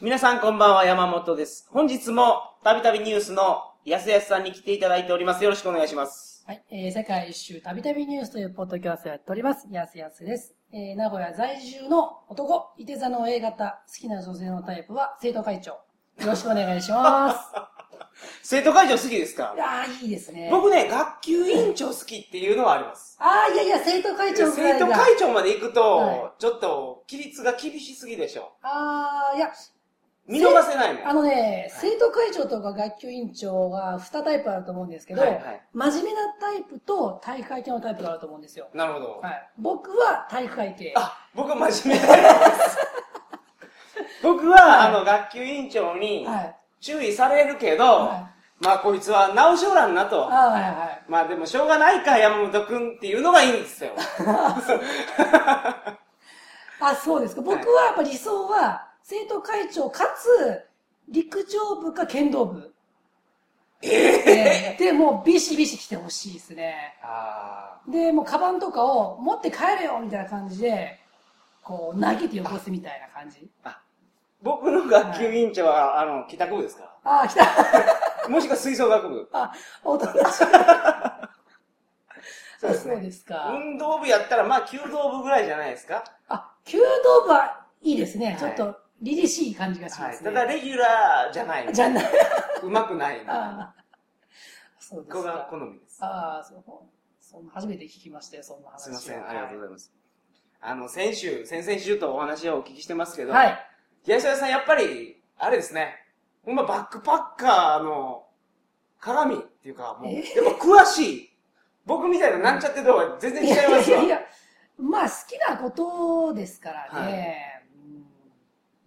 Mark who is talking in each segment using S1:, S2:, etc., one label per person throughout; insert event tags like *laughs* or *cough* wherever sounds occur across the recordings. S1: 皆さんこんばんは、山本です。本日も、たびたびニュースの、やすやすさんに来ていただいております。よろしくお願いします。
S2: はい、えー世界一周たびたびニュースというポッドキャストをやっております。やすやすです。えー名古屋在住の男、いて座の A 型、好きな女性のタイプは生徒会長。よろしくお願いし
S1: *laughs*
S2: ます。
S1: 生徒会長好きですか
S2: いやー、いいですね。
S1: 僕ね、学級委員長好きっていうのはあります。
S2: あー、いやいや、生徒会長ぐら
S1: 生
S2: いだ
S1: 徒。会長まで行くと、
S2: は
S1: ちょっと、規律が厳しすぎでしょ。
S2: あー、いや、
S1: 見逃せないもん。
S2: あのね、生徒会長とか学級委員長が2タイプあると思うんですけど、
S1: はいはい
S2: 真面目なタイプと体育会系のタイプがあると思うんですよ。
S1: なるほど。
S2: はい、僕は体育会系。
S1: あ、僕真面目です。
S2: *laughs*
S1: 僕は、あの、学級委員長に
S2: はい。
S1: 注意されるけど、
S2: はい
S1: まあ、こいつは直しおらんな
S2: あ
S1: と
S2: ー、。はいはい。
S1: まあでもしょうがないか、山本くんっていうのがいいんですよ。
S2: あ、そうですか。僕はやっぱ理想は、生徒会長かつ、陸上部か剣道部。ええで、もうビシビシ来てほしいですね。
S1: あ
S2: で、もうカバンとかを持って帰れよみたいな感じで、こう、投げてよこすみたいな感じ。
S1: 僕の学級委員長は、あの、帰宅部ですか
S2: あー、来た。
S1: もしくは吹奏楽部。
S2: あ、お友達。
S1: そうですね
S2: そうですか。
S1: 運動部やったら、まあ、弓道部ぐらいじゃないですか。
S2: あ、弓道部はいいですね。
S1: い
S2: ちょっと、凛々しい感じがし
S1: は
S2: ま
S1: い。
S2: すね。
S1: ただ、レギュラーじゃない。
S2: じゃない。
S1: うまくない。
S2: あーそうです
S1: ここが
S2: か。
S1: 好みです。
S2: ああ、そう。そんな初めて聞きましたよ、そんな話。
S1: すいません、ありがとうございます。あの、先週、先々週とお話をお聞きしてますけど、
S2: はい。はい。
S1: 東田さん、やっぱり、あれですね。ほんま、バックパッカーの、鏡っていうか、もう、や
S2: え
S1: っぱ詳しい。僕みたいななんちゃって動画全然違いますわ。
S2: いや、まあ好きなことですからね。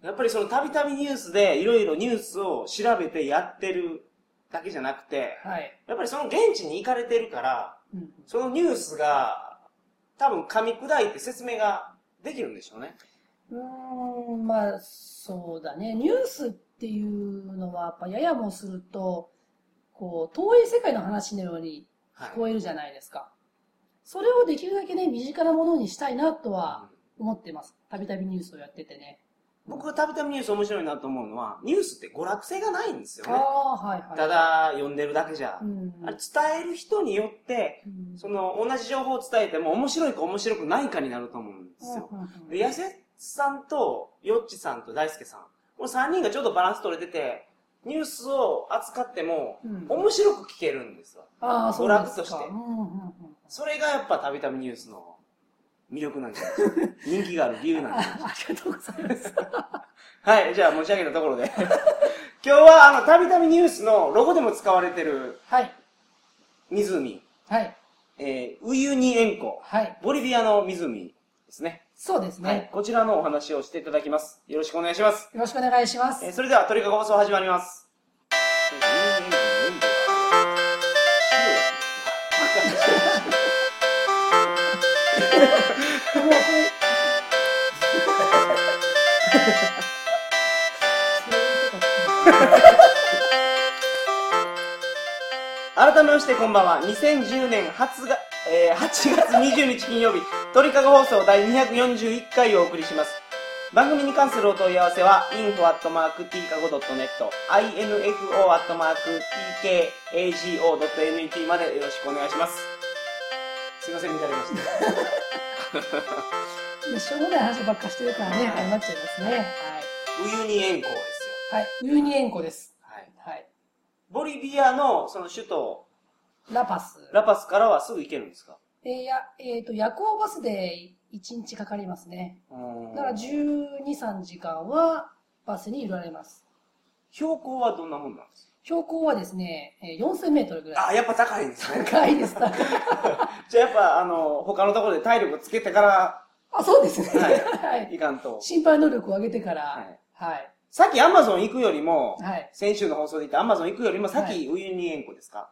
S2: うん
S1: やっぱりその、たびたびニュースで、いろいろニュースを調べてやってるだけじゃなくて、
S2: はい。
S1: やっぱりその現地に行かれてるから、
S2: うん
S1: そのニュースが、多分噛み砕いて説明ができるんでしょうね。
S2: うーん、まあそうだね。ニュースっていうのは、やっぱややもすると、こう、遠い世界の話のように
S1: はい
S2: 聞。こえるじゃないですか。それをできるだけね、身近なものにしたいなとは思ってます。たびたびニュースをやっててね。
S1: 僕がたびたびニュース面白いなと思うのは、ニュースって娯楽性がないんですよ
S2: あ
S1: ね。
S2: あ、はいはい。
S1: ただ読んでるだけじゃ
S2: う。ん、
S1: あれ伝える人によって、
S2: うん
S1: その同じ情報を伝えても面白いか面白くないかになると思うんですよ。
S2: うんうんうん
S1: で、やせさんと、よっちさんと大輔さん、この3人がちょうどバランス取れてて、ニュースを扱っても
S2: うん、
S1: 面白く聞けるんですよ。
S2: ああ、そうです
S1: 娯楽とし
S2: か。
S1: て
S2: うんうんうんうん
S1: それがやっぱたびたびニュースの魅力なんじゃないです
S2: *laughs*
S1: か。人気がある理由なんじゃないですか
S2: ありがとうございます。
S1: はい、じゃあ持ち上げたところで。 *laughs* 今日は、あの、たびたびニュースのロゴでも使われてる
S2: はい。
S1: 湖、
S2: はい。
S1: えー、ウユニ塩湖、
S2: はい。
S1: ボリビアの湖ですね。
S2: そうですね。
S1: はい、こちらのお話をしていただきます。よろしくお願いします。
S2: よろしくお願いします。
S1: えー、それでは、トリカゴ放送始まります。
S2: もうこれ
S1: 改めましてこんばんは。2010年初が、えー8月20日金曜日、鳥かご放送第241回をお送りします。番組に関するお問い合わせは、info.tkago.net、info.tkago.net までよろしくお願いします。すいません、乱れました。
S2: ねしょうもない話ばっかしてるからね、
S1: はい
S2: 謝っちゃいますね。はい。
S1: *laughs* ウユニ塩湖ですよ。
S2: はい。ユーニエンコです。
S1: はい。
S2: はい。
S1: ボリビアの、その首都、
S2: ラパス。
S1: ラパスからはすぐ行けるんですか
S2: えーや、えっ、と、夜行バスで1日かかりますね。
S1: うーん
S2: だから12、3時間はバスにいられます。
S1: 標高はどんなもんなんです
S2: 標高はですね、えー4000メートルぐら
S1: か
S2: い。
S1: あ、やっぱ高いんですね。
S2: 高いです、高い。
S1: *laughs* じゃあやっぱ、あの、他のところで体力つけてから、
S2: あ、そうですね。
S1: は
S2: *laughs* はいい。
S1: いかんと。
S2: 心配能力を上げてから、
S1: はい
S2: はい。
S1: さっきアマゾン行くよりも、
S2: はい
S1: 先週の放送で言ったアマゾン行くよりも、さっ
S2: は
S1: きウユニ塩湖ですか、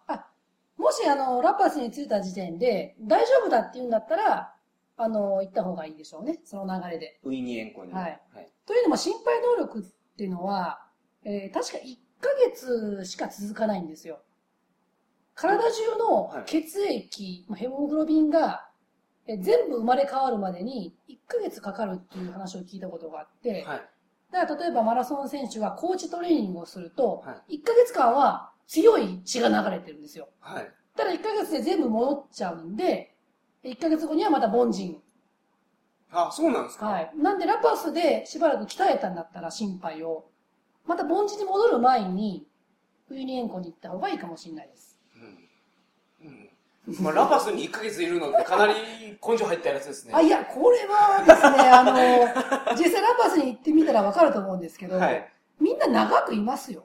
S2: もし、あの、ラパスに着いた時点で、大丈夫だって言うんだったら、あの、行った方がいいでしょうね。その流れで。
S1: ウユニ塩湖に。
S2: はいというのも、心配能力っていうのは、えー確か1ヶ月しか続かないんですよ。体中
S1: はい
S2: の血液、まあヘモグロビンが、えー全部生まれ変わるまでに1ヶ月かかるっていう話を聞いたことがあって、
S1: はい。
S2: だから例えばマラソン選手がコーチトレーニングをすると、
S1: は
S2: 1ヶ月間は強い血が流れてるんですよ。
S1: はい。
S2: ただ1ヶ月で全部戻っちゃうんで、1ヶ月後にはまた凡人。
S1: あ、そうなんですか。
S2: はい。なんでラパスでしばらく鍛えたんだったら心配を、また凡人に戻る前に、冬に円湖に行った方がいいかもしれないです。
S1: うん。うん。まあ、ラパスに1ヶ月いるのってかなり根性入ったやつですね。
S2: あ、いや、これはですね、あの、実際ラパスに行ってみたらわかると思うんですけど、
S1: はい。
S2: みんな長くいますよ。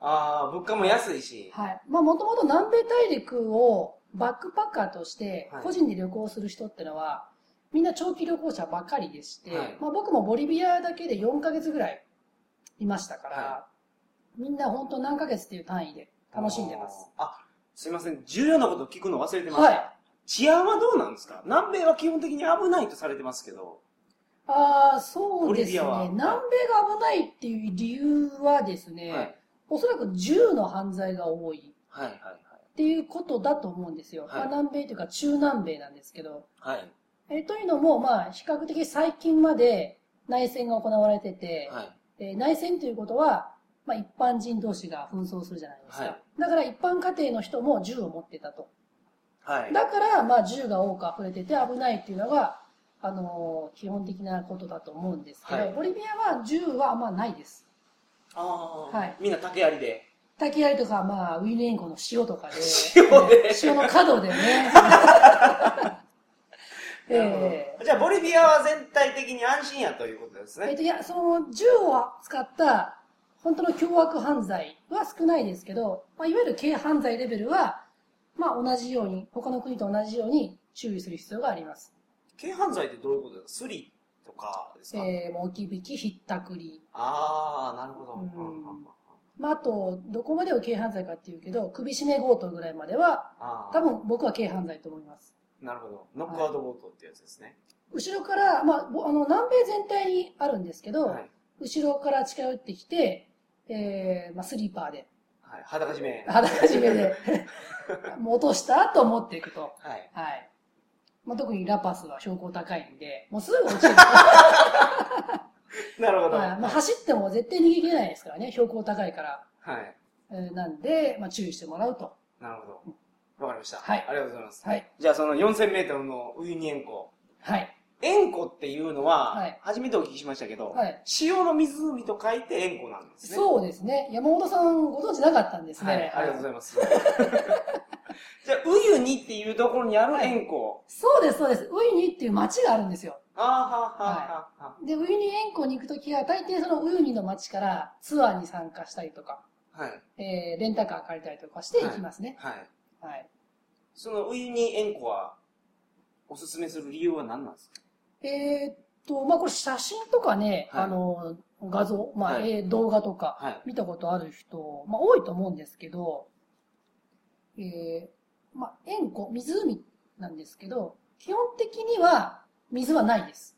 S1: ああ、物価も安いし。
S2: はい。まあ、もともと南米大陸をバックパッカーとして
S1: はい、
S2: 個人で旅行する人ってのは、みんな長期旅行者ばかりでして、
S1: はい
S2: まあ、僕もボリビアだけで4ヶ月ぐらいいましたから、
S1: は
S2: みんな本当何ヶ月っていう単位で楽しんでます。
S1: あー。あ、すいません。重要なこと聞くの忘れてました。
S2: はい。
S1: 治安はどうなんですか南米は基本的に危ないとされてますけど。
S2: ああ、そう
S1: ボリ
S2: です
S1: ビ
S2: ね。
S1: アは
S2: 南米が危ないっていう理由はですね、
S1: はい。
S2: おそらく銃の犯罪が多い
S1: はい、はい、
S2: っていうことだと思うんですよ。
S1: はい
S2: まあ、南米というか中南米なんですけど、
S1: はい。はい。
S2: えーというのも、まあ、比較的最近まで内戦が行われてて、
S1: はい。
S2: えー内戦ということは、まあ、一般人同士が紛争するじゃないですか。
S1: はい
S2: だから一般家庭の人も銃を持ってたと。
S1: はい。
S2: だから、まあ、銃が多く溢れてて危ないっていうのが、あのー基本的なことだと思うんですけど、
S1: はい
S2: ボリビアは銃はあんまないです。
S1: ああー、
S2: はい
S1: みんな竹槍で。
S2: 滝槍とか、まあ、ウィレンコの塩とかで、
S1: *laughs* 塩で
S2: 塩の角で
S1: *laughs*
S2: ね。ええ
S1: じゃあ、ボリビアは全体的に安心やということです
S2: えっ
S1: ね。
S2: と、いや、その銃を使った本当の凶悪犯罪は少ないですけど、まあ、いわゆる軽犯罪レベルは、まあ、同じように、他の国と同じように注意する必要があります。
S1: 軽犯罪ってどういうことですかスリとかですか、
S2: えー、もう置き引き、ひったくり。
S1: ああ、なるほど。
S2: うん
S1: うん
S2: まあ、あと、どこまでを軽犯罪かっていうけど、首絞め強盗ぐらいまでは、
S1: あ
S2: 多
S1: あ、
S2: 分僕は軽犯罪と思います。
S1: なるほど。ノックアウトボートってやつですね。
S2: 後ろから、まあ、ぼあの、南米全体にあるんですけど、
S1: はい。はい。
S2: 後ろから近寄ってきて、えー、まあ、スリーパーで、
S1: 裸締め。
S2: 肌始めで、もう落としたと思っていくと。
S1: はい。
S2: はい。まあ、特にラパスは標高高いんで、もうすぐ落
S1: *laughs*
S2: ちる。
S1: なるほど。
S2: まあ、まあ走っても絶対逃げ切れないですからね、標高高いから。
S1: はい。
S2: えーなんで、まあ、注意してもらうと。
S1: なるほど。わかりました。
S2: はい
S1: ありがとうございます。
S2: はい。
S1: じゃあ、その4000メートルのウユニ塩湖。
S2: はい。
S1: 塩湖っていうのは、
S2: はい
S1: 初めてお聞きしましたけど、
S2: はい
S1: 塩の湖と書いて塩湖なんですね。
S2: そうですね。山本さんご存知なかったんです
S1: はい
S2: ね。。
S1: ありがとうございます。 *laughs* じゃあ、ウユニっていうところにある塩湖。
S2: そうです、そうです。ウユニっていう町があるんですよ。
S1: ああ、はあ、はあ、は
S2: で、ウユニ塩湖に行くときは、大抵そのウユニの町からツアーに参加したりとか、
S1: あ。はい。
S2: えー、レンタカー借りたりとかして行きますね。
S1: はい。
S2: はい。
S1: そのウユニ塩湖は、おすすめする理由は何なんですか
S2: えーっと、まあ、これ写真とかね、
S1: はい
S2: あの、画像、まあ、
S1: はい
S2: えー動画とか、
S1: はい。
S2: 見たことある人、まあ、多いと思うんですけど、えー、まあ、塩湖、湖なんですけど、基本的には水はないです。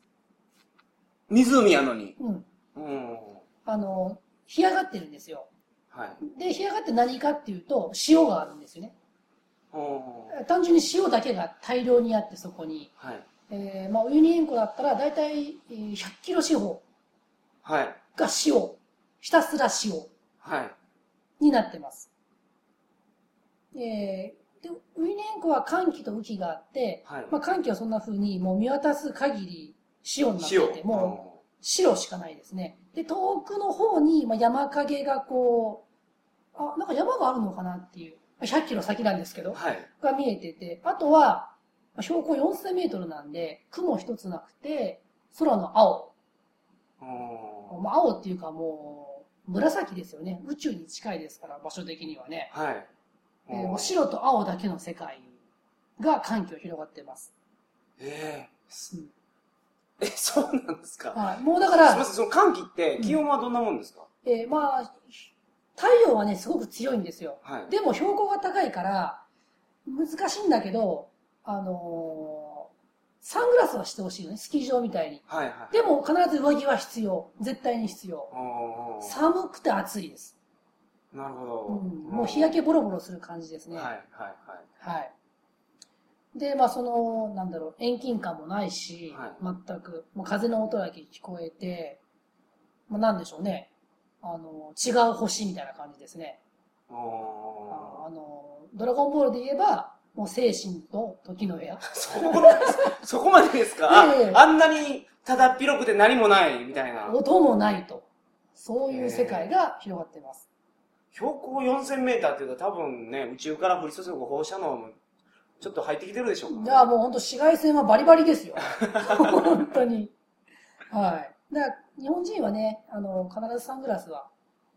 S1: 湖やのに。
S2: うん。
S1: うん。
S2: あの、干上がってるんですよ。
S1: はい。
S2: で、干上がって何かっていうと、塩があるんですよね。
S1: うん
S2: 単純に塩だけが大量にあって、そこに。
S1: はい。
S2: えー、まあ、ウユニ塩湖だったら、だいたいえー100キロ四方
S1: はい。
S2: が塩。ひたすら塩。
S1: はい。
S2: になってます。えー、で、ウィネンコは寒気と雨季があって、
S1: はい。
S2: まあ、寒気はそんな風にもう見渡す限り塩になってて、もう白しかないですね。で、遠くの方に、まあ、山陰がこう、あ、なんか山があるのかなっていう、まあ100キロ先なんですけ
S1: うん
S2: ど、
S1: はい。
S2: が見えてて、あとは、まあ標高4000メートルなんで、雲一つなくて、空の青。
S1: うん
S2: まあ、青っていうかもう、紫ですよね。宇宙に近いですから、場所的にはね。
S1: はい。
S2: えーもう白と青だけの世界が環境広がってます。
S1: えーす
S2: うん
S1: え、そうなんですか
S2: はい、もうだか
S1: すみま
S2: ら、
S1: せん、その寒気って気温はどんなもんですか
S2: えーまあ、太陽はね、すごく強いんですよ。
S1: はい。
S2: でも標高が高いから、難しいんだけど、あのーサングラスはしてほしいよね、スキー場みたいに。
S1: はいはい。
S2: でも必ず上着は必要。絶対に必要。
S1: おー
S2: 寒くて暑いです。
S1: なるほ
S2: う
S1: ど
S2: ん、。もう日焼けボロボロする感じです
S1: け
S2: ね。
S1: はいはい
S2: はい。で、まあ、その、なんだろう、遠近感もないし、
S1: は
S2: 全く、もう風の音だけ聞こえて、まあ、なんでしょうね。あの、違う星みたいな感じですね。あ
S1: あ
S2: あの、ドラゴンボールで言えば、もう精神と時の部屋。
S1: ーそこまでです、そこまでですか、
S2: ええ
S1: あんなにただっ広くて何もないみたいな。
S2: 音もないと。そういう世界が広がってます。
S1: 標高4000メーターっていうと多分ね、宇宙から降り注ぐ放射能もちょっと入ってきてるでしょうからね
S2: じゃあもう本当紫外線はバリバリ *laughs* ですよ。本当に。はい。だから日本人はね、あの、必ずサングラスは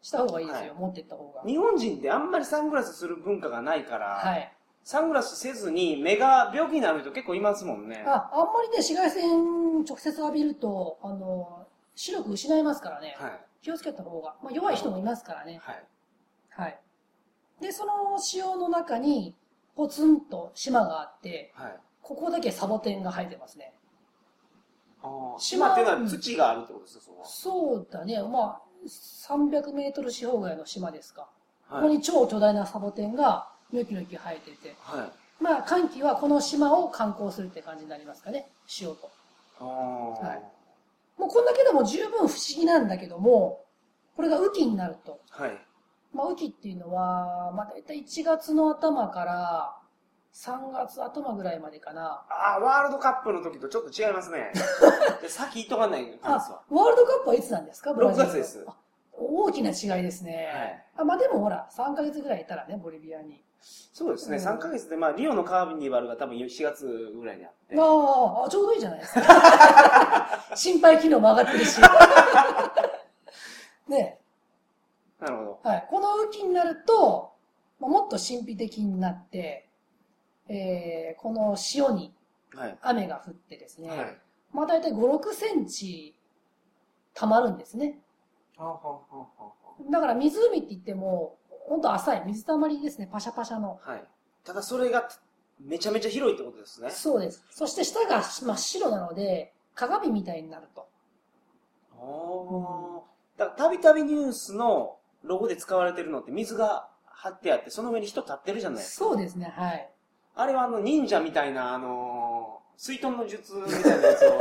S2: した方がいいですよ。
S1: は
S2: 持ってった方が。
S1: 日本人ってあんまりサングラスする文化がないから、
S2: はい。
S1: サングラスせずに目が病気になる人結構いますもんね。
S2: あ、あんまりね、紫外線直接浴びると、あの、視力失いますからね。
S1: はい。
S2: 気をつけた方が。まあ、弱い人もいますからね。
S1: はい。
S2: はい。で、その塩の中に、ポツンと島があって、
S1: はい。
S2: ここだけサボテンが生えてますね。
S1: あー
S2: 島
S1: 島っていうのは土があるってことですよ、そこ
S2: そうだね。まあ、300メートル四方外の島ですか。
S1: は。
S2: ここ
S1: はい。
S2: に超巨大なサボテンが、ニョキニョキ生えてて。
S1: はい。
S2: まあ、寒気はこの島を観光するって感じになりますかね。塩と。
S1: あー
S2: はいもうこんだけでも十分不思議なんだけども、これが雨季になると。
S1: はい。
S2: まあ、雨季っていうのは、まあ、大体1月の頭から3月頭ぐらいまでかな。
S1: ああ、ワールドカップの時とちょっと違います *laughs* ね。で先言っとかない
S2: あ、
S1: 感
S2: ワ
S1: じは。
S2: ールドカップはいつなんですかブラジル
S1: 6月です
S2: あ大きな違いですね。
S1: はい
S2: あまあでもほら、3ヶ月ぐらいいたらね、ボリビアに。
S1: そうですね、
S2: うん
S1: 3ヶ月で、まあ、リオのカーニバルが多分4月ぐらいにあって。
S2: あああ、ちょうどいいじゃないですか。
S1: *laughs*
S2: 心配機能も上がってるし。ね
S1: なるほど。
S2: はい。この雨季になると、まあ、もっと神秘的になって、えーこの塩に
S1: はい。
S2: 雨が降ってですね、
S1: はい。
S2: まあ大体5、6センチ溜まるんですね。
S1: ははは
S2: だから湖って言っても、ほんと浅い。水たまりですね。パシャパシャの。
S1: はい。ただそれがめちゃめちゃ広いってことですね。
S2: そうです。そして下が真っ白なので、鏡みたいになると。
S1: おー。だからたびたびニュースのロゴで使われてるのって水が張ってあって、その上に人立ってるじゃないですか。
S2: そうですね、はい。
S1: あれはあの忍者みたいな、あのー、水遁の術みたいなやつ
S2: *laughs*
S1: を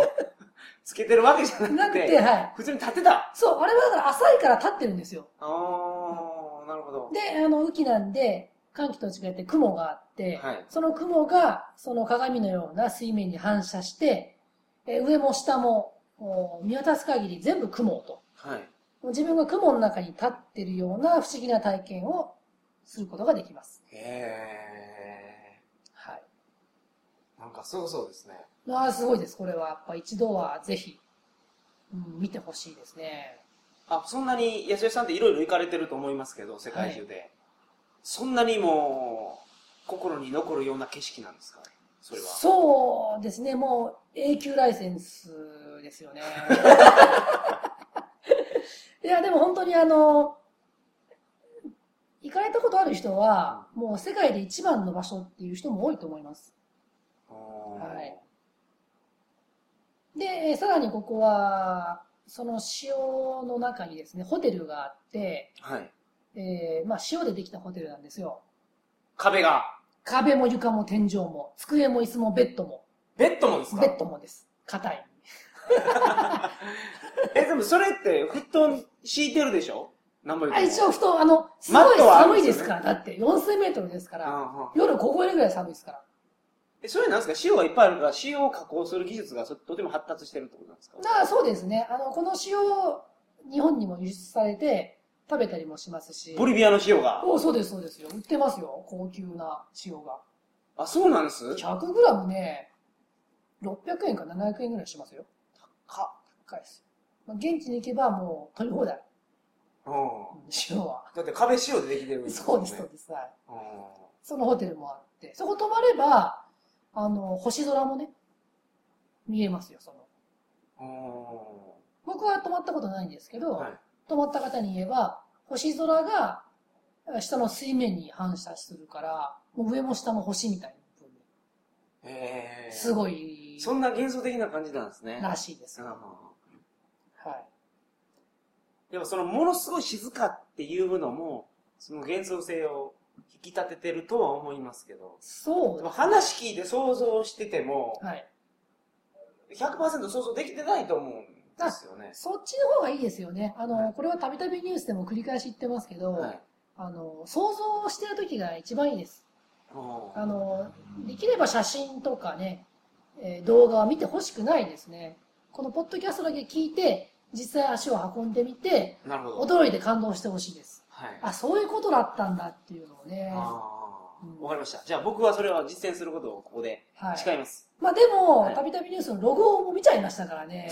S1: つけてるわけじゃな
S2: な
S1: く
S2: く
S1: て、
S2: て、はい。
S1: 普通に立ってた。
S2: そう、あれはだから浅いから立ってるんですよ。
S1: あー、なるほど。
S2: で、あの、雨季なんで、寒気と違って雲があって、
S1: はい
S2: その雲が、その鏡のような水面に反射して、えー上も下もお見渡す限り全部雲と。
S1: はい。
S2: 自分が雲の中に立ってるような不思議な体験をすることができます。
S1: へ
S2: はい。
S1: ー。なんかすごそうですね。
S2: まあ、すごいです。これは、やっぱ一度はぜひ、うん、見てほしいですね。
S1: あ、そんなに、安吉さんっていろいろ行かれてると思いますけど、世界中で。そんなにもう、心に残るような景色なんですかそれは。
S2: そうですね。もう永久ライセンスで
S1: *laughs*
S2: すよね。いや、でも本当にあの、行かれたことある人は、もう世界で一番の場所っていう人も多いと思います。はいで、えーさらにここは、その塩の中にですね、ホテルがあって、
S1: はい。
S2: えーまあ塩でできたホテルなんですよ。
S1: 壁が、
S2: 壁も床も天井も、机も椅子もベッドも、
S1: ベッドもですか
S2: ベッドもです。硬い。
S1: え、でもそれって、布団敷いてるでしょ何倍
S2: あ、一応
S1: 応。
S2: 布団、あの、すごい寒いですから、だって4000メートルですか
S1: う
S2: ら、
S1: んうん
S2: 夜凍えるぐらい寒いですから。
S1: え、それなんですか塩がいっぱいあるから、塩を加工する技術がそとても発達してるってことなんですか
S2: だからそうですね、あの、この塩、日本にも輸出されて、食べたりもしますし。
S1: ボリビアの塩が。
S2: おそうです、そうですよ。売ってますよ、高級な塩が。
S1: あ、そうなんです
S2: 100グラムね、600円か700円ぐらいしますよ。
S1: か。
S2: 高いですよ。まあ、現地に行けばもう取り放題、
S1: うん。
S2: うん塩は。
S1: だって壁塩でできてるんです
S2: そ
S1: もん
S2: う
S1: ね
S2: です、そうです。はい。
S1: うん
S2: そのホテルもあって、そこ泊まれば、あの、星空もね、見えますよ、そ
S1: う
S2: の。
S1: ん
S2: 僕は泊まったことないんですけど、
S1: はい
S2: 泊まった方に言えば、星空がえ下の水面に反射するから、もう上も下も星みたいな風に、
S1: へえ。
S2: すごい、
S1: そんな幻想的な感じなんですね。
S2: らしいです。は
S1: うんでもそのものすごい静かっていうのも、その幻想性を引き立ててるとは思いますけど
S2: い。。そう
S1: で
S2: で
S1: も話聞いて想像してても
S2: す。、はい。
S1: 100%想像できてないと思うんですよね。
S2: そっちの方がいいですよね。あの、
S1: はい
S2: これはたびたびニュースでも繰り返し言ってますけど、
S1: はい。
S2: あの、想像してる時が一番いいです。
S1: おー
S2: あの、できれば写真とかね、えー動画は見てほしくないですね。このポッドキャストだけ聞いて、実際足を運んでみて、
S1: なるほど。
S2: 驚いて感動してほしいです。
S1: はい。
S2: あ、そういうことだったんだっていうのをね。は
S1: あ
S2: う
S1: ー
S2: ん
S1: わかりました。じゃあ僕はそれを実践することをここで誓
S2: い。
S1: います。
S2: まあで
S1: は
S2: も
S1: い、
S2: たびたびニュースのロゴも見ちゃいましたからね。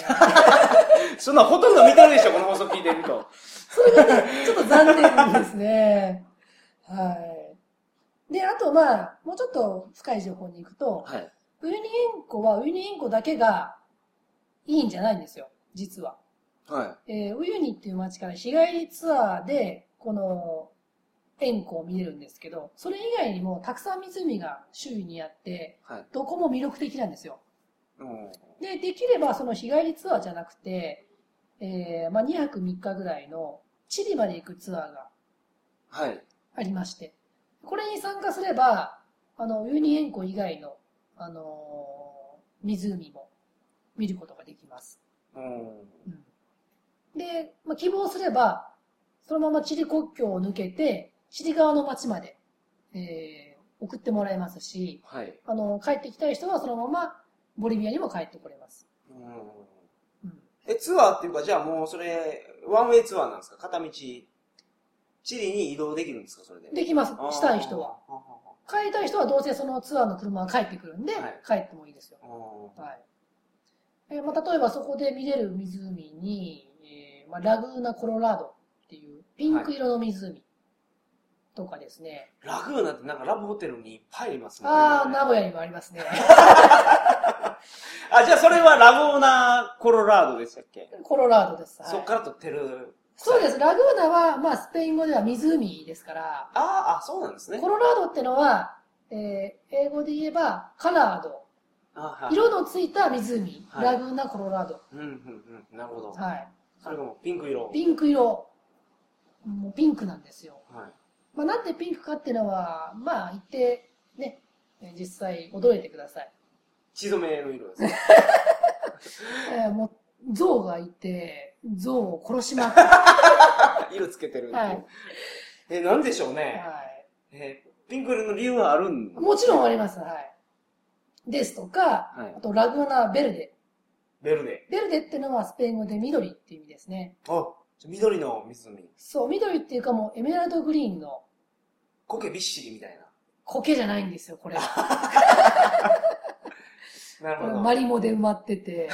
S2: *laughs*
S1: そんなほとんど見てるでしょ、この放送聞いてると。
S2: それがね、ちょっと残念ですね。はい。で、あとまあ、もうちょっと深い情報に行くと、
S1: はい。
S2: ウユニ塩湖はウユニ塩湖だけがいいんじゃないんですよ、実は。
S1: は
S2: えーウユニっていう町から日帰りツアーで、この塩湖を見れるんですけど、それ以外にもたくさん湖が周囲にあって、
S1: はい
S2: どこも魅力的なんですよ。
S1: い。うん
S2: で、できればその日帰りツアーじゃなくて、えーまあ、2泊3日ぐらいのチリまで行くツアーが
S1: はい。
S2: ありまして、これに参加すれば、あの、ウユニ塩湖以外の、あのー湖も見ることができます。
S1: うん
S2: うんで、まあ、希望すれば、そのままチリ国境を抜けて、チリ側の町まで、えー送ってもらえますし、
S1: はい。
S2: あの、帰ってきたい人はそのままボリビアにも帰ってこれます。
S1: うん
S2: うん
S1: え、ツアーっていうか、じゃあもうそれ、ワンウェイツアーなんですか片道。チリに移動できるんですかそれで。
S2: できます
S1: あー、
S2: したい人は。。
S1: あー
S2: 帰りたい人はどうせそのツアーの車が帰ってくるんで、
S1: はい
S2: 帰ってもいいですよ。
S1: あーあ
S2: はい。えーまあ、例えばそこで見れる湖に、えーまあ、ラグーナコロラドっていうピンク色の湖とかですね。
S1: ーラグーナってなんかラブホテルにいっぱいありますもん
S2: ああ、
S1: ね
S2: 名古屋にもありますね。
S1: あ、じゃあそれはラゴーナコロラードでしたっけ、
S2: コロラドです。はい
S1: そっから撮ってる。
S2: そうです。ラグーナは、まあ、スペイン語では湖ですから、
S1: あーあ、そうなんですね。
S2: コロラドってのは、えー英語で言えば、カラード。
S1: あはい
S2: 色のついた湖。
S1: はい
S2: ラグーナコロラド。
S1: うんうんうん。なるほど。
S2: はい。
S1: それがもうピンク色。
S2: ピンク色。もうピンクなんですよ。
S1: はい。
S2: まあ、なんでピンクかっていうのは、まあ、言って、ね、えー実際驚いてください。
S1: 血染めの色ですね。
S2: えーもう、象がいて、象を殺しまくっ。
S1: 色つけてるってていう。
S2: はい。
S1: え、なんでしょうね。
S2: はい。
S1: えーピンク色の理由はあるん
S2: もちろんあります。はい。ですとか、
S1: はい
S2: あと、ラグーナベルデ。
S1: ベルデ。
S2: ベルデってのはスペイン語で緑っていう意味ですね。
S1: あ、じゃあ緑の湖。
S2: そう、緑っていうかもうエメラルドグリーンの
S1: 苔びっしりみたい
S2: 苔じゃないんですよ、
S1: *laughs*
S2: これ。
S1: な。な
S2: これマリモで埋まってて。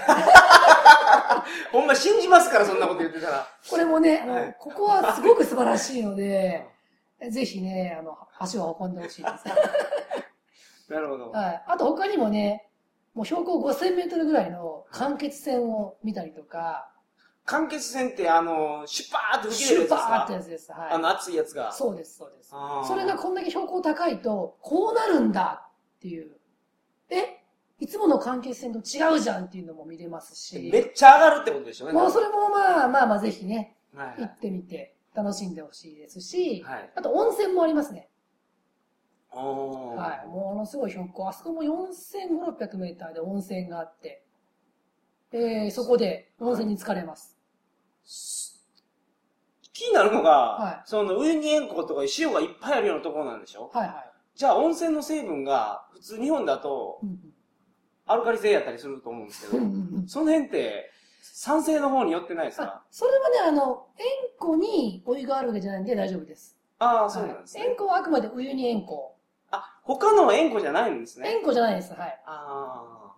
S1: ほんま信じますから、そんなこと言ってたら。
S2: これもね、あの、
S1: はい
S2: ここはすごく素晴らしいので、ぜひね、あの、足を運んでほしいです。
S1: なるほど。
S2: はい。あと他にもね、もう標高5000メートルぐらいの間欠泉を見たりとか、
S1: 間欠泉って、あの、シュパーって吹き
S2: シ
S1: 出る
S2: ュ
S1: やつで
S2: ー
S1: す
S2: パーって
S1: か
S2: やつです。
S1: あ
S2: は
S1: の、熱いやつが。
S2: い。そうです、そうです。
S1: あー
S2: それがこんだけ標高高いと、こうなるんだっていう。えいつもの間欠泉と違うじゃんっていうのも見れますし。
S1: めっちゃ上がるってことでしょうね。
S2: もうそれもまあまあまあぜひね、
S1: はい
S2: 行ってみて楽しんでほしいですし、
S1: はい。
S2: あと温泉もありますね。
S1: おー
S2: はい。ものすごい標高。あそこも4500、600メーターで温泉があって、えー、そこで温泉に浸かれます。
S1: 気になるのが、
S2: はい
S1: その上に塩湖とか塩がいっぱいあるようなところなんでしょ
S2: はいはい。
S1: じゃあ温泉の成分が普通日本だとアルカリ性やったりすると思うんですけ
S2: うんう
S1: ど、
S2: んうんうん
S1: その辺って酸性の方に寄ってないです
S2: あ
S1: か
S2: それはね、あの、塩湖にお湯があるわけじゃないんで大丈夫です。
S1: ああ、そうなんです
S2: はい塩
S1: ね。
S2: 湖はあくまでお湯に塩湖。
S1: あ、他の塩湖じゃないんですね。
S2: 塩湖じゃないです。はい。
S1: あ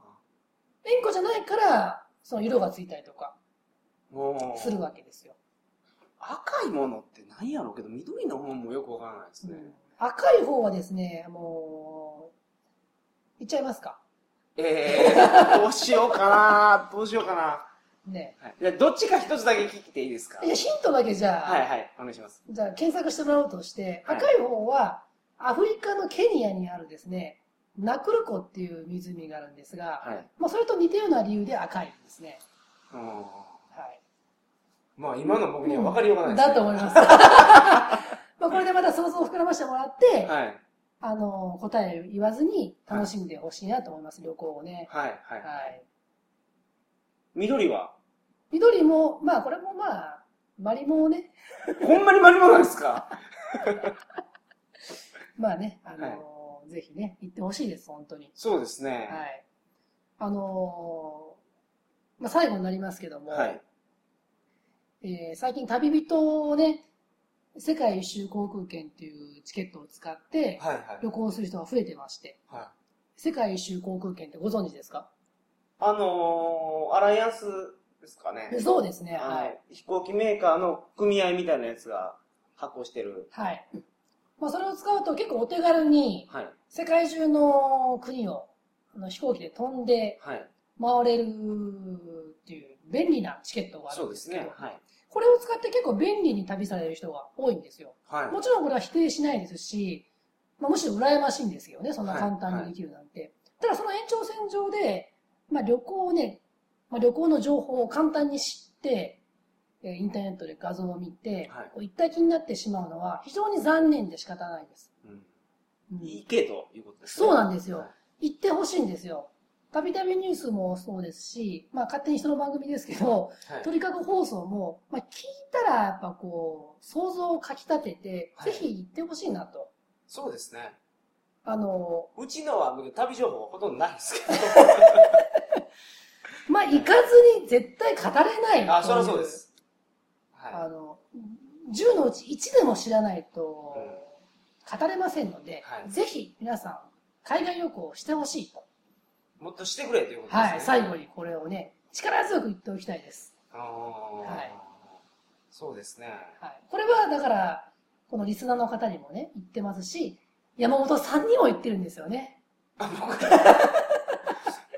S2: 塩湖じゃないから、その色がついたりとか
S1: あ、も
S2: する
S1: う、
S2: わけですよ。
S1: 赤いものって何やろうけど、緑のもんもよくわからないですね。
S2: 赤い方はですね、もう、いっちゃいますか。
S1: えー、どうしようかなどうしようかな、
S2: ね。
S1: はい、じゃあどっちか一つだけ聞いていいですか
S2: いやヒントだけじゃあ、
S1: はいはい、お願いします。
S2: じゃあ検索してもらおうとして、
S1: はい
S2: 赤い方は、アフリカのケニアにあるですね、ナクルコっていう湖があるんですが、
S1: はい。
S2: まあ、それと似たような理由で赤いんですね。
S1: うん
S2: はい。
S1: まあ今の僕には分かりようがないです、ね
S2: だと思い
S1: *laughs*
S2: ます。まあこれでまた想像を膨らましてもらって、
S1: はい。
S2: あの、答えを言わずに楽しんでほしいなと思います、旅行をね。
S1: はい。はい。
S2: はい。
S1: 緑は
S2: 緑も、まあこれもまあ、マリモをね、
S1: ほんまにマリモなんですか
S2: まあね、あのーぜひね、行ってほしいです、本当に。
S1: そうですね。
S2: はい。あのーまあ最後になりますけども、
S1: はい。
S2: えー最近旅人をね、世界一周航空券っていうチケットを使って
S1: はいはい。
S2: 旅行する人が増えてまして、
S1: はい、
S2: 世界一周航空券ってご存知ですか
S1: あのー、アライアンスですかね。
S2: そうですね、
S1: あの
S2: はい。
S1: 飛行機メーカーの組合みたいなやつが発行してる。
S2: はい。まあそれを使うと結構お手軽に
S1: はい。
S2: 世界中の国をあの飛行機で飛んで
S1: はい。
S2: 回れるっていう便利なチケットがあ
S1: そ
S2: るん
S1: う
S2: で
S1: ですす
S2: けど、
S1: ね。はい。
S2: これを使って結構便利に旅される人が多いんですよ。
S1: はい。
S2: もちろんこれは否定しないですし、まあ、むしろ羨ましいんですけどね、そんな簡単にできるなんて。ただその延長線上で、まあ、旅行をね、まあ、旅行の情報を簡単に知って、えーインターネットで画像を見て、
S1: はい
S2: こう一体気になってしまうのは非常に残念で仕方ないんです。うん
S1: うん、いいけということですね。
S2: そうなんですよ
S1: はい。
S2: 行ってほしいんですよ。たびたびニュースもそうですし、まあ勝手に人の番組ですけど、
S1: はい
S2: 鳥かご放送も、まあ、聞いたらやっぱこう、想像をかき立てて、
S1: はい
S2: ぜひ行ってほしいなと。
S1: そうですね。
S2: あの、
S1: うちのは旅情報はほとんどないですけ
S2: まあ、行かずに絶対語れ
S1: *laughs*
S2: ない。
S1: ど。あ、そりゃそうで。す。
S2: あ
S1: は
S2: の、10のうち1でも知らないと
S1: う、
S2: 語れませんので、
S1: はい
S2: ぜひ皆さん、海外旅行をしてほしいと。
S1: い。もっとしてくれということですね。
S2: はい、最後にこれをね、力強く言っておきたいです。
S1: あー
S2: はい
S1: そうですね。
S2: はい、これはだから、このリスナーの方にもね、言ってますし、山本さんにも言ってるんですよね。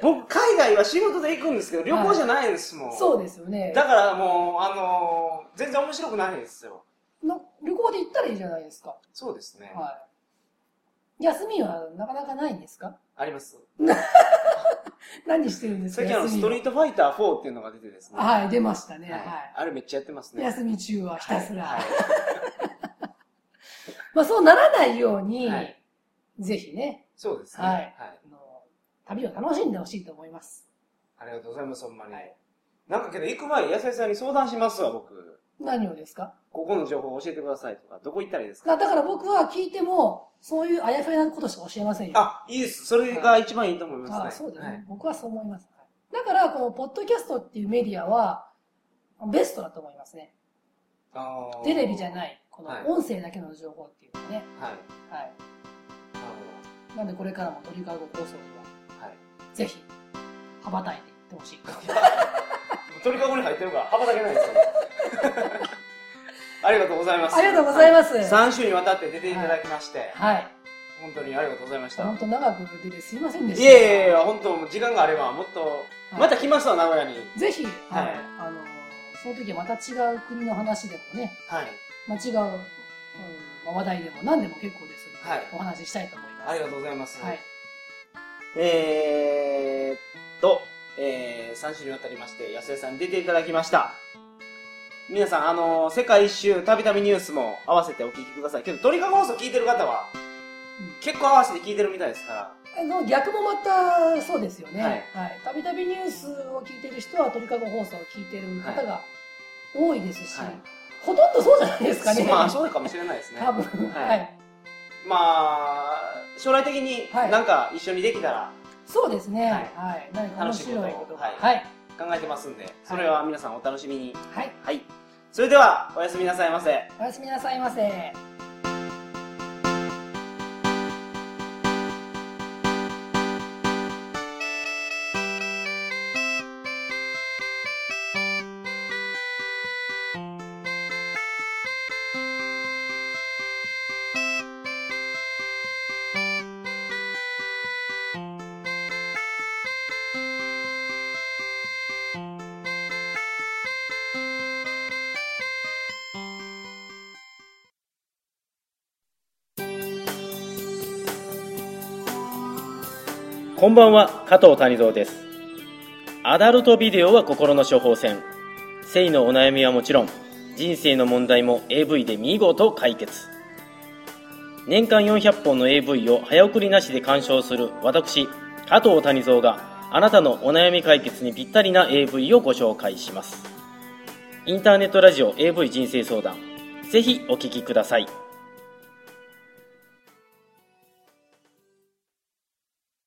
S1: 僕、海外は仕事で行くんですけど、旅行じゃないですもん。
S2: そうですよね。
S1: だからもう、あのー全然面白くないですよ。
S2: の旅行で行ったらいいじゃないですか。
S1: そうですね。
S2: はい。休みはなかなかないんですか
S1: あります。
S2: 何してるんですか
S1: 最近あの、ストリートファイター4っていうのが出てですね。い。
S2: はい、出ましたね。はい。
S1: あれめっちゃやってますね。
S2: 休み中はひたすら。
S1: はい
S2: まあそうならないように、
S1: はい
S2: ぜひね、
S1: そうですね。
S2: はい
S1: はい
S2: あの旅を楽しんでほしいと思います。
S1: ありがとうございます、ほんまに。
S2: はい
S1: なんかけど、行く前、野菜さんに相談しますわ、僕。
S2: 何をですか
S1: ここの情報教えてくださいとか、どこ行ったらいいですか
S2: だだから僕は聞いても、そういうあやふやなことしか教えませんよ。
S1: あ、いいです。それが一番いいと思いますね。
S2: あそうですね、
S1: はい
S2: 僕はそう思います。だから、このポッドキャストっていうメディアは、ベストだと思いますね。
S1: あー。
S2: テレビじゃないい、この
S1: はい
S2: 音声だけの情報っていうのね。
S1: はい。
S2: はい。
S1: あ
S2: なんでこれからも鳥かご放送には、
S1: のはい。
S2: ぜひ、羽ばたいていってほしい。
S1: 鳥かごに入ってるから、幅だけない
S2: *laughs*
S1: ですよ。ありがとうございます。
S2: ありがとうござい
S1: ま
S2: ます。はい。
S1: 3週にわたって出ていただきまして、本当にありがとうございました。
S2: 本当長く出てすいませんでし
S1: い
S2: た。
S1: やいやいや、本当、時間があれば、もっと、
S2: い
S1: また来ますわ、名古屋に。
S2: ぜひ、はい。
S1: はい
S2: あの、その時はまた違う国の話でもね、
S1: はい。
S2: まあ、違う、うんまあ話題でも何でも結構ですので、
S1: はい
S2: お話ししたいと思います。
S1: ありがとうございます。
S2: はい。
S1: えーっと、え3週にわたりまして、安江さんに出ていただきました。皆さん、あのー世界一周、たびたびニュースも合わせてお聞きください。けど、鳥かご放送聞いてる方は、
S2: うん
S1: 結構合わせて聞いてるみたいですから。
S2: あの逆もまたそうですよね
S1: はい
S2: はいたびたびニュースを聞いてる人は鳥かご放送を聞いてる方が多いですし、
S1: はい
S2: ほとんどそうじゃないですかね、
S1: まあ、そうかもしれないですね。
S2: 多分は、
S1: はいいまあ、将来的に
S2: はい
S1: なんか一緒にできたら
S2: そうですねは
S1: はいい、
S2: 何か面白い
S1: 楽しい
S2: ことが
S1: ことを
S2: は
S1: はい考えてますんで、それは皆さんお楽しみに。
S2: はい、
S1: はい。それでは、おやすみなさいませ。
S2: おやすみなさいませ
S3: こんばんは、加藤谷蔵です。アダルトビデオは心の処方箋。性のお悩みはもちろん、人生の問題も AV で見事解決。年間400本の AV を早送りなしで鑑賞する私、加藤谷蔵があなたのお悩み解決にぴったりな AV をご紹介します。
S1: インターネットラジオ AV 人生相談ぜひお聞きください